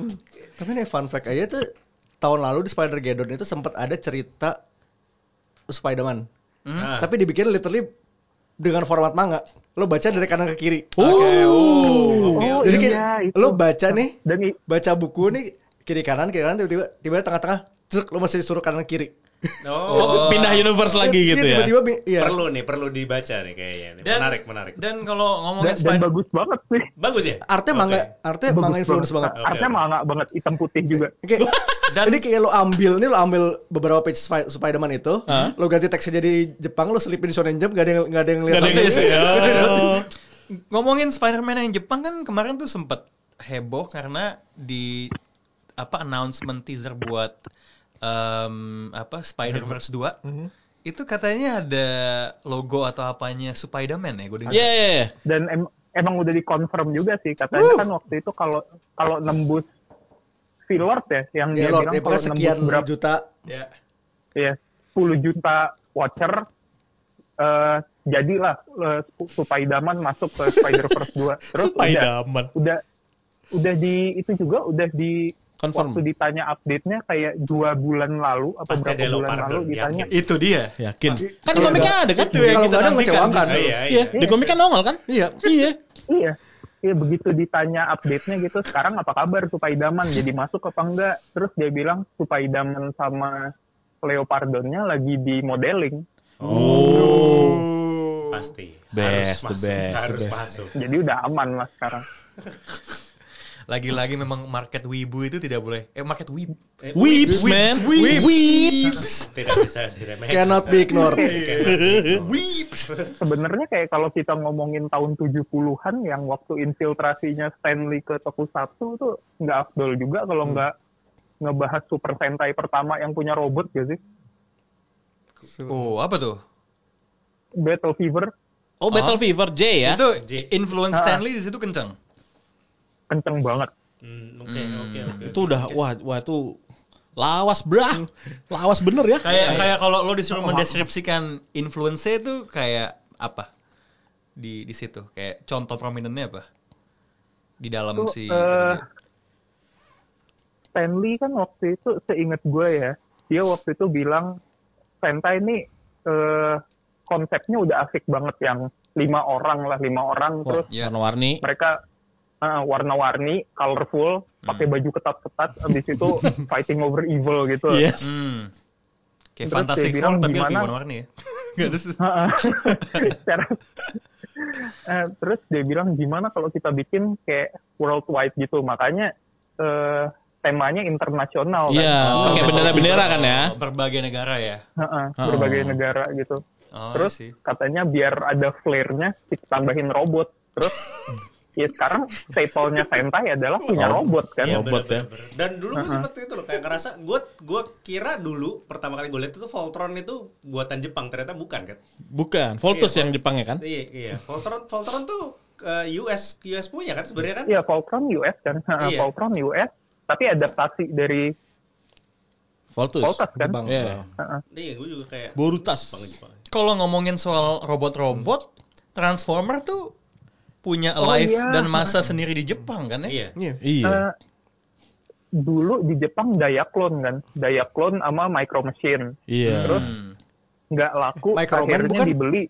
B: Tapi nih fun fact aja tuh tahun lalu di Spider Geddon itu sempat ada cerita Spider-Man.
C: Hmm.
E: Nah,
C: Ah.
B: Tapi dibikin literally dengan format manga. Lo baca dari kanan ke kiri.
D: Oh,
B: Jadi kayak
D: iya, itu.
B: lo baca nih,
D: Dan i-
B: baca buku nih kiri kanan kiri kanan tiba-tiba tiba tengah-tengah cek lo masih suruh kanan kiri.
E: oh,
C: Pindah universe lagi
B: Iya,
C: gitu ya.
B: Tiba-tiba bi- iya.
E: perlu nih, perlu dibaca nih kayaknya. nih.
F: Dan-
E: menarik, menarik.
F: Dan kalau
D: dan,
F: ngomongin
D: dan
F: Spider
D: bagus banget sih.
E: Bagus ya?
B: Artinya
E: Oke.
B: manga, artinya manga influence banget.
E: Oke,
D: Artinya
E: oke.
D: manga banget, hitam putih juga.
B: Oke.
F: Dan-
B: Jadi kayak lo ambil nih lo ambil beberapa page Spi- Spider-Man itu,
C: Hah?
B: lo ganti teksnya jadi Jepang, lo selipin di Shonen Jump, gak ada yang gak ada yang lihat.
C: Gak ada yang
B: apa-apa.
C: nulis ya.
F: ngomongin Spider-Man yang Jepang kan kemarin tuh sempet heboh karena di apa announcement teaser buat em, apa Spider-Verse 2
D: Mm-hmm.
F: itu katanya ada logo atau apanya Spider-Man ya gue dengar.
C: Iya, iya, iya.
D: Dan em- emang udah dikonfirm juga sih katanya kan waktu itu kalau kalau nembus Lord ya yang
B: Ya
D: dia
B: Lord,
D: bilang
B: ya,
D: kalau
B: pokoknya sekian
D: nembus berapa
B: juta.
F: Ya.
D: ya 10 juta watcher eh jadilah eh, Sp- Spider-Man masuk ke Spider-Verse 2. Terus udah,
C: Spiderman.
D: udah udah di itu juga udah di
C: Confirm.
D: waktu ditanya update-nya kayak dua bulan lalu apa
E: Pasti
D: berapa
E: ada
D: bulan
E: Leopardo,
D: lalu ditanya
E: yakin.
F: Itu dia.
C: Yakin. Kan di
B: Kalau
C: komiknya
B: nggak-
C: ada kan?
F: Itu
B: Kalau
F: yang kita
B: nggak ada
F: nantikan
B: mengecewakan.
F: justru.
E: Iya,
C: Iya,
E: iya.
C: di komik kan nongol kan?
B: Iya.
C: Iya.
D: Iya. Iya begitu ditanya update-nya gitu sekarang apa kabar Supaidaman jadi masuk apa enggak terus dia bilang Supaidaman sama Leopardonnya lagi di modeling
E: Pasti. harus
C: Best, the
E: masuk.
C: best, the
E: harus
C: best.
E: masuk.
D: jadi udah aman lah sekarang
F: Lagi-lagi memang market wibu itu tidak boleh. Eh market wib.
E: Eh,
C: Weeps, man.
F: Weeps.
C: Weeps.
E: Tidak bisa diremehkan. Hmm,
B: Cannot be ignored.
E: Weeps.
D: sebenarnya kayak kalau kita ngomongin tahun 70-an yang waktu infiltrasinya Stanley ke Tokusatsu tuh nggak afdol juga kalau nggak ngebahas Super Sentai pertama yang punya robot gak sih
F: Oh, apa tuh?
D: Battle Fever
C: Oh, Battle Fever J ya.
F: Itu
E: J.
F: influence
D: Ah.
F: Stanley di situ kenceng.
D: kenceng banget
E: Hmm, Oke, oke, oke.
C: Itu udah wah wah itu lawas, brah. Lawas bener ya.
F: Kayak kayak kalau lo disuruh mendeskripsikan influence itu kayak apa? Di di situ kayak contoh prominennya apa? Di dalam
D: Itu,
F: si
D: eh, Stanley kan waktu itu seingat gue ya, dia waktu itu bilang Sentai ini eh, konsepnya udah asik banget yang lima orang lah, lima orang
C: Wah,
D: terus
F: iya.
C: warna-warni.
D: mereka eh, warna-warni, colorful, pakai
F: Hmm.
D: baju ketat-ketat, abis itu fighting over evil gitu.
C: Yes.
F: Hmm. Kayak
D: Terus
F: Fantastic
D: dia bilang
F: Four tapi lebih
D: gimana?
F: warna-warni ya. Nggak ada sih.
D: Terus, eh, terus dia bilang gimana kalau kita bikin kayak worldwide gitu, makanya eh, temanya internasional. kan.
C: Iya,
F: Oh,
C: pakai bendera-bendera kan ya.
F: Berbagai negara ya.
D: Heeh,
C: Oh.
D: berbagai negara gitu.
F: Oh,
D: Terus
F: iya sih.
D: katanya biar ada flare-nya kita tambahin robot. Terus ya sekarang staple-nya Sentai adalah punya robot kan.
E: Iya,
C: Robot
E: bener, bener, bener. Dan dulu gue sempet itu loh kayak ngerasa gue gue kira dulu pertama kali gue lihat itu Voltron itu buatan Jepang ternyata bukan kan?
C: Bukan, Voltus
E: Iya,
C: yang Jepang ya kan?
E: Iya iya. Voltron Voltron tuh eh, US US punya kan sebenarnya kan?
D: Iya, Voltron US kan. Heeh,
E: Iya.
D: Voltron US tapi adaptasi dari
C: Voltus.
D: Voltas kan.
B: Jepang.
C: Iya.
D: Heeh.
E: Iya gue juga kayak
C: Borutas. Eh?
E: Jepang Jepang.
F: Kalau ngomongin soal robot-robot, Transformer tuh punya
D: Oh,
F: life
D: iya.
F: dan masa sendiri di Jepang kan ya?
E: Iya.
B: Iya.
C: Iya.
D: Eh, dulu di Jepang Dayaclone kan. Dayaclone sama Micro Machine.
C: Iya.
D: Terus nggak laku
B: Microman
D: akhirnya
B: bukan?
D: dibeli.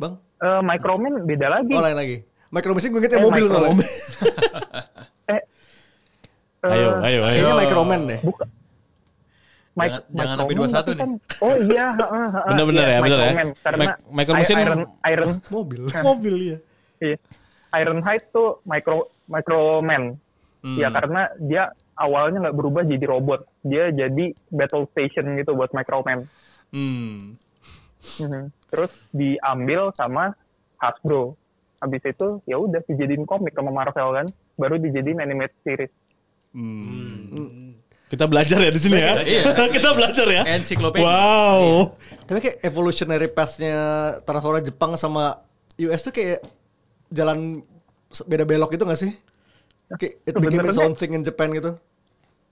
B: Bang,
D: Eh, Microman beda lagi.
B: oh lain lagi. Micro Machine gue ingetnya
D: Eh,
B: mobil
D: Micro
B: soalnya.
D: Machine. Eh, eh,
C: Ayo, ayo, ayo.
B: Kayaknya Micro Man deh.
D: Bukan.
F: Jangan- jangan sampai 21
D: tapi oh iya, heeh, heeh,
C: Bener-bener
D: iya,
C: ya, bener ya.
D: Microman, Karena
C: Mic- Micromesin-
D: Iron Iron
B: Mobil.
C: Mobil ya.
D: iya. Ironhide tuh micro Microman.
C: Hmm.
D: Ya karena dia awalnya nggak berubah jadi robot. Dia jadi battle station gitu buat Microman.
F: Hmm.
D: Mhm. Terus diambil sama Hasbro. Habis itu ya udah dijadiin komik sama Marvel kan, baru dijadiin animated series.
C: Kita belajar ya di sini ya.
F: Iya.
C: Kita belajar ya.
F: Ensiklopedia.
E: Oh,
C: Wow.
B: Iya. Tapi kayak evolutionary path-nya Transformers Jepang sama US tuh kayak jalan beda belok gitu gak sih? Kayak it became its
D: Sebenarnya-
B: own thing in Japan gitu.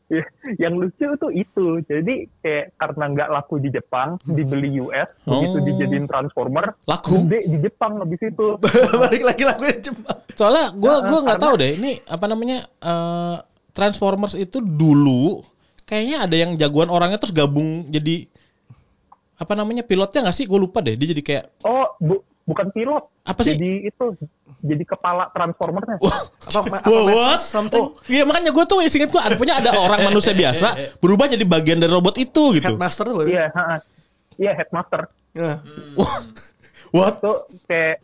D: Ya, yang lucu tuh itu jadi kayak karena nggak laku di Jepang dibeli US begitu
C: Oh.
D: dijadiin Transformer
C: Laku.
D: gede di Jepang habis itu
B: Balik lagi lagunya Jepang.
C: Soalnya gue gua nggak tahu deh ini apa namanya eh, Transformers itu dulu kayaknya ada yang jagoan orangnya terus gabung jadi apa namanya pilotnya nggak sih gue lupa deh dia jadi kayak
D: oh bu- bukan pilot
C: Apa sih?
D: jadi itu jadi kepala Transformernya
B: Apa, ma- apa
C: Wah,
B: ma-
C: what?
B: something
C: Oh, iya makanya gue tuh singkat gue ada punya ada orang manusia biasa berubah jadi bagian dari robot itu gitu.
B: headmaster tuh. Bang.
D: iya ha-ha. iya headmaster
B: Iya.
C: Wah, What?
D: tuh kayak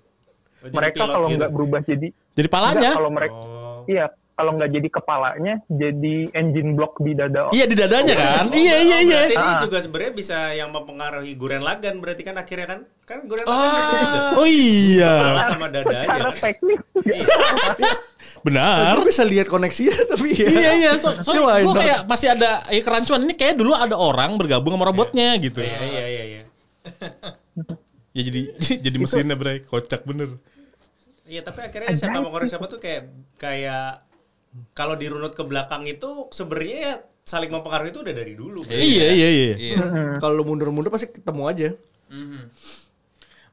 E: Oh, jadi
D: mereka
E: pilot
D: kalau
E: gitu.
D: nggak berubah jadi
C: Jadi palanya?
D: nggak, kalau mereka
E: Oh.
D: iya kalau nggak jadi kepalanya jadi engine block di dada
C: Iya di dadanya kan?
E: Oh,
C: iya
E: oh,
C: iya iya.
E: Berarti ini
D: Ah.
E: juga sebenarnya bisa yang mempengaruhi Guren Lagan berarti kan akhirnya kan kan Guren Lagan gitu juga.
C: Ah, oh iya.
E: Kepala sama dada aja.
D: secara
E: kan?
D: teknis
C: Benar.
B: Gue bisa lihat koneksinya tapi ya.
C: Iya iya, so,
B: Why
C: soalnya gue
B: not?
C: kayak masih ada ya, kerancuan ini kayak dulu ada orang bergabung sama robotnya gitu.
E: Iya iya iya iya.
C: Ya jadi jadi mesinnya bre, kocak bener.
E: Iya tapi akhirnya siapa mengorek siapa tuh kayak kayak kalau dirunut ke belakang itu sebenarnya ya saling mempengaruhi itu udah dari dulu. Bro.
C: Iya iya iya.
F: Iya.
B: Kalau lu mundur-mundur pasti ketemu aja.
F: Mhm.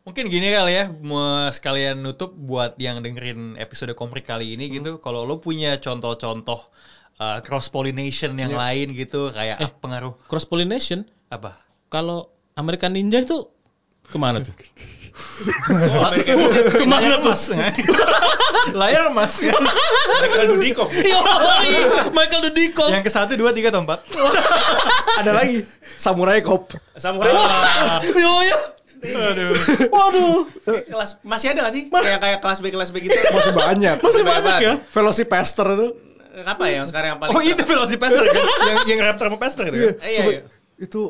F: Mungkin gini kali ya, mau sekalian nutup buat yang dengerin episode komprik kali ini gitu. Kalau lo punya contoh-contoh cross pollination yang lain gitu, kayak ah, pengaruh
C: Cross pollination
F: apa?
C: kalau American Ninja itu kemana tuh?
E: Oh, Amerika
F: Kemana mas? Layar mas.
E: Michael Dudikoff.
C: Yoi, Michael Dudikoff.
F: yang ke satu, dua, tiga, atau empat.
B: Ada lagi Samurai Cop.
E: Samurai.
C: Yo yo.
F: Aduh.
C: Waduh.
E: kelas masih ada gak sih? Kayak kayak kelas B kelas B gitu.
B: Masih banyak.
C: Masih banyak ya?
B: Velocipaster itu.
E: Apa ya yang sekarang yang paling
F: Oh itu Velocipaster kan? yang, yang Raptor sama Pester itu kan?
E: Eh, Iya,
B: Coba-
E: iya.
B: Itu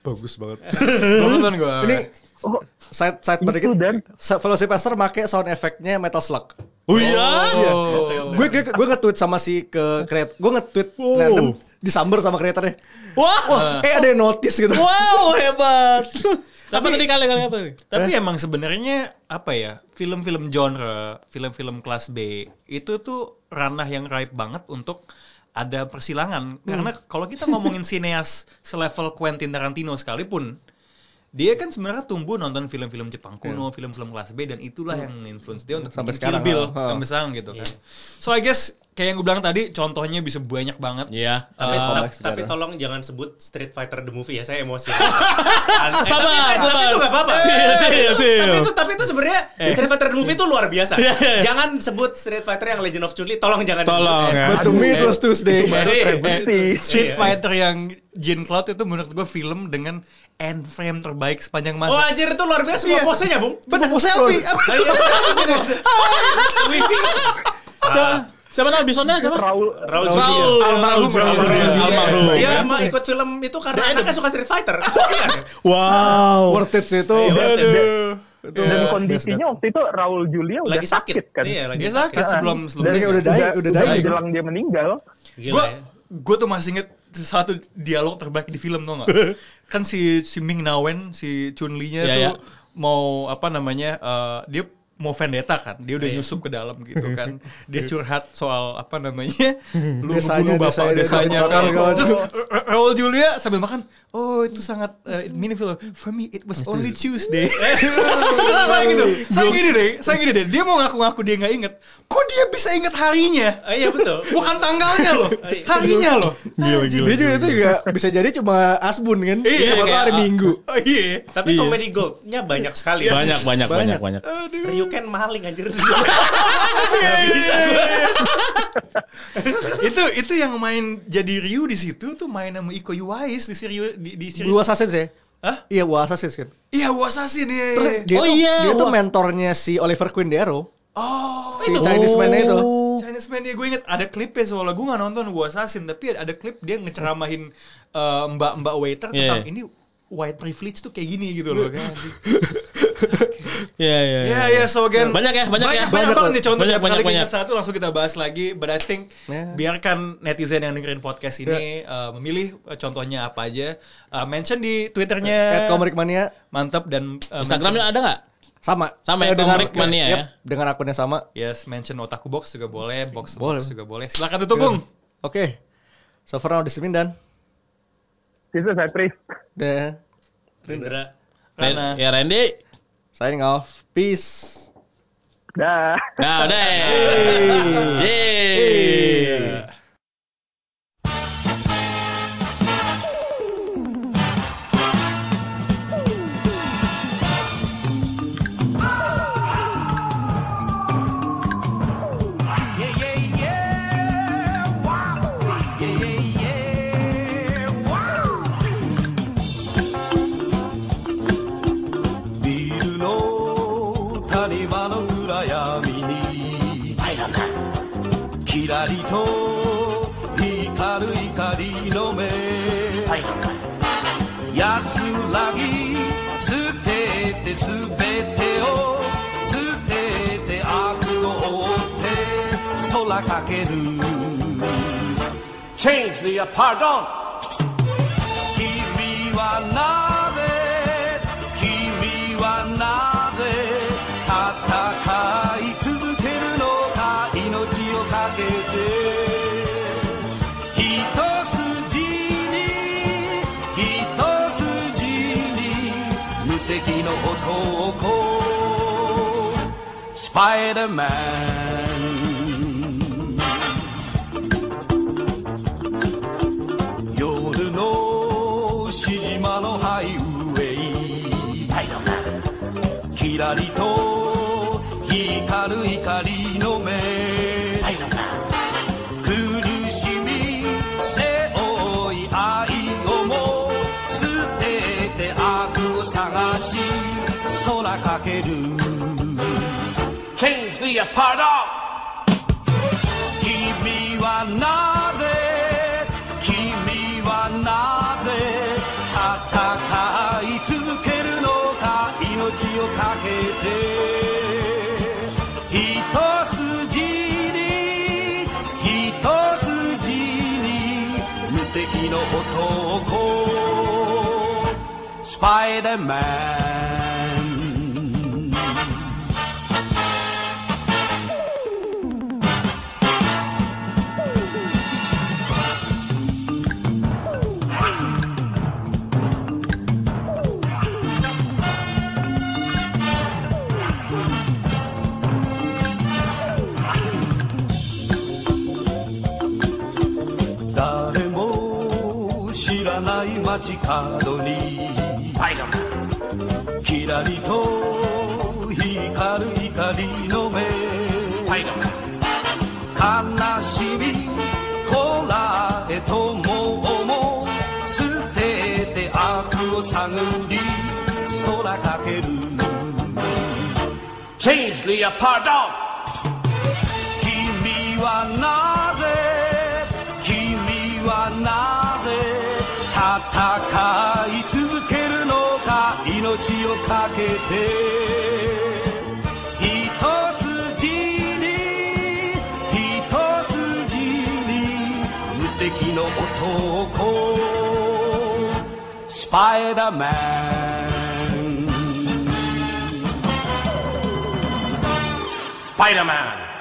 B: bagus banget.
C: Iya.
F: Belum nonton gue.
B: Ini
D: oh
B: side side
D: itu
E: gitu.
B: sedikit.
D: dan
B: Sa- Velocipaster make sound efeknya Metal Slug.
C: Oh iya.
B: Gue gue gue nge-tweet sama si ke kreat, gue nge-tweet
C: Oh.
B: random disamber sama kreatornya.
C: Wah.
B: Wah, eh ada yang notice gitu.
C: Wow, hebat. apa tadi kalian kalian apa? tadi?
F: Tapi
B: Eh?
F: emang sebenarnya apa ya film-film genre, film-film kelas B itu tuh ranah yang ripe banget untuk ada persilangan.
B: Hmm.
F: Karena kalau kita ngomongin sineas selevel Quentin Tarantino sekalipun, dia kan sebenarnya tumbuh nonton film-film Jepang kuno, film-film kelas B dan itulah yang influence dia untuk
B: Iya. Sampai
F: bikin
B: sekarang,
F: Kill Bill
B: ha.
F: sampai sekarang gitu kan.
C: Iya.
F: So I guess kayak yang gue bilang tadi contohnya bisa banyak banget.
C: Iya.
E: Tapi,
F: Eh,
E: tapi-
B: Kompleks
E: tapi
B: sejarah.
E: tolong jangan sebut Street Fighter the movie ya, saya emosi. tapi,
C: Sabar,
E: tapi
C: sabar.
E: itu nggak apa-apa.
C: Chill,
E: tapi,
C: chill,
E: itu,
C: chill. Eh.
E: tapi itu tapi itu sebenarnya Street Fighter the movie itu luar biasa.
C: Iya, iya.
E: Jangan sebut Street Fighter yang Legend of Chun-Li, tolong jangan.
C: Tolong,
E: disebut. Eh,
C: ya.
B: But to me it was Tuesday.
D: Eh,
E: Jadi,
D: sih
E: Iya.
F: Street Fighter yang Jean Cloud itu menurut gue film dengan end frame terbaik sepanjang masa.
E: Oh anjir itu luar biasa
C: Iya.
E: semua posenya, Bung.
B: Bener, selfie.
C: Siapa? Siapa nama bisonnya siapa?
D: Raul
E: Ah, Raul Julia.
C: Ah,
E: Iya,
C: Raul.
B: Almarhum,
C: Raul.
B: almarhum.
C: Almarhum. kan?
E: Dia mah ikut film itu karena anaknya suka Street Fighter. Kasihan.
C: Wow.
B: Worth it itu.
E: Iya,
C: Aduh.
B: Itu
D: dan
B: best
D: kondisinya waktu itu Raul Julia udah
E: Lagi sakit.
D: kan
E: Iya, lagi
F: Dia
E: sakit.
F: sakit sebelum sebelum
B: Dan-
F: dia-
B: Udah dying, udah dying.
E: gitu.
D: menjelang dia meninggal
E: Gila
F: Gua
E: ya.
F: gue tuh masih inget satu dialog terbaik di film tuh nggak? kan si si Ming Na Wen, si Chun Li nya
C: Iya, iya.
F: tuh mau apa namanya? eh, dia mau vendetta kan, dia udah nyusup ke dalam gitu kan, dia curhat soal apa namanya, lu
B: Desanya,
F: bunuh bapak
B: desanya,
F: desanya, kan.
B: bakar, segala
F: terus
B: macam.
F: Ra- Raul Julia sambil makan, oh itu sangat eh, meaningful for me it was only Tuesday,
E: Eh.
F: Kayak gitu, saya gini deh, saya gini deh, dia mau ngaku-ngaku dia nggak inget, kok dia bisa inget harinya?
E: Ah, Iya betul.
F: Bukan tanggalnya loh, harinya loh.
C: Gila, gila,
B: Dia juga itu juga bisa jadi cuma asbun kan? Siapa
F: Iya,
B: tahu
C: kayak,
B: hari
C: ah,
B: Minggu.
F: Oh iya.
E: Tapi
C: Iya.
E: komedi goldnya banyak sekali. ya.
C: Banyak banyak banyak banyak.
F: Aduh.
E: Ryuken maling anjir.
F: itu itu yang main jadi Ryu di situ tuh main sama Iko Uwais di Ryu di, di series.
B: Blue Assassins ya?
F: Hah?
B: Iya, Blue Assassins kan.
F: Iya, Wasasin ya.
B: Terus dia
C: Oh
B: tuh,
C: iya,
B: dia tuh
C: wah.
B: mentornya si Oliver Queen di Arrow.
F: Oh,
B: Si Chinese man itu.
F: Chinese man ya gue inget ada klipnya soalnya gue gak nonton Wasasin tapi ada, ada klip dia ngeceramahin eh, mbak-mbak waiter tentang
C: Iya.
F: ini white privilege tuh kayak gini gitu loh kan.
C: Iya iya.
F: Ya ya so again
C: Banyak ya, banyak
F: banyak,
C: ya.
F: banyak banget nih contoh
C: Banyak,
F: banyak,
C: banyak,
F: kali
C: banyak.
F: ingat satu langsung kita bahas lagi but I think
B: Ya.
F: biarkan netizen yang dengerin podcast ini eh, memilih eh, contohnya apa aja Eh, mention di
B: At
C: Eh.
F: twitternya
B: Comic Mania
F: mantap dan eh,
C: Instagramnya ada nggak?
B: sama.
C: Sama ya,
B: Eh, dengan-
C: Comic Mania
B: yep,
C: ya.
B: Dengan akunnya sama.
F: mention- yes mention otaku box juga boleh box to
B: Boleh.
F: box juga boleh silakan tutup bung
B: Oke. So far now this has been done.
D: This is Patrice.
B: The
E: Rindra.
G: Karena-
C: Ya Randy.
B: signing off. Peace.
D: Dah.
C: Nah, udah. Yeay.
F: ビルの谷間の暗闇にキラリと光る怒りの目安らぎ捨ててすべてを捨てて悪を追って空かける Change the pardon 君はなぜ君はなぜ戦い続けるのか命をかけて一筋に一筋に無敵の男スパイダーマン夜のしじまのハイウェイキラリと光る怒りの目苦しみ背負い愛をも捨てて悪を探し空かける Change the apart 君はなぜ君はなぜ戦い続けるのか命をかけて一筋に一筋に無敵の男スパイダーマン誰も知らない街角にキラリと光る怒りの目悲しみこらえとも思う捨てて悪を探り空かける Change the pardon 君はなぜ君はなぜ戦い続けるのか命をかけて一筋に一筋に無敵の男スパイダーマン
E: Spider-Man.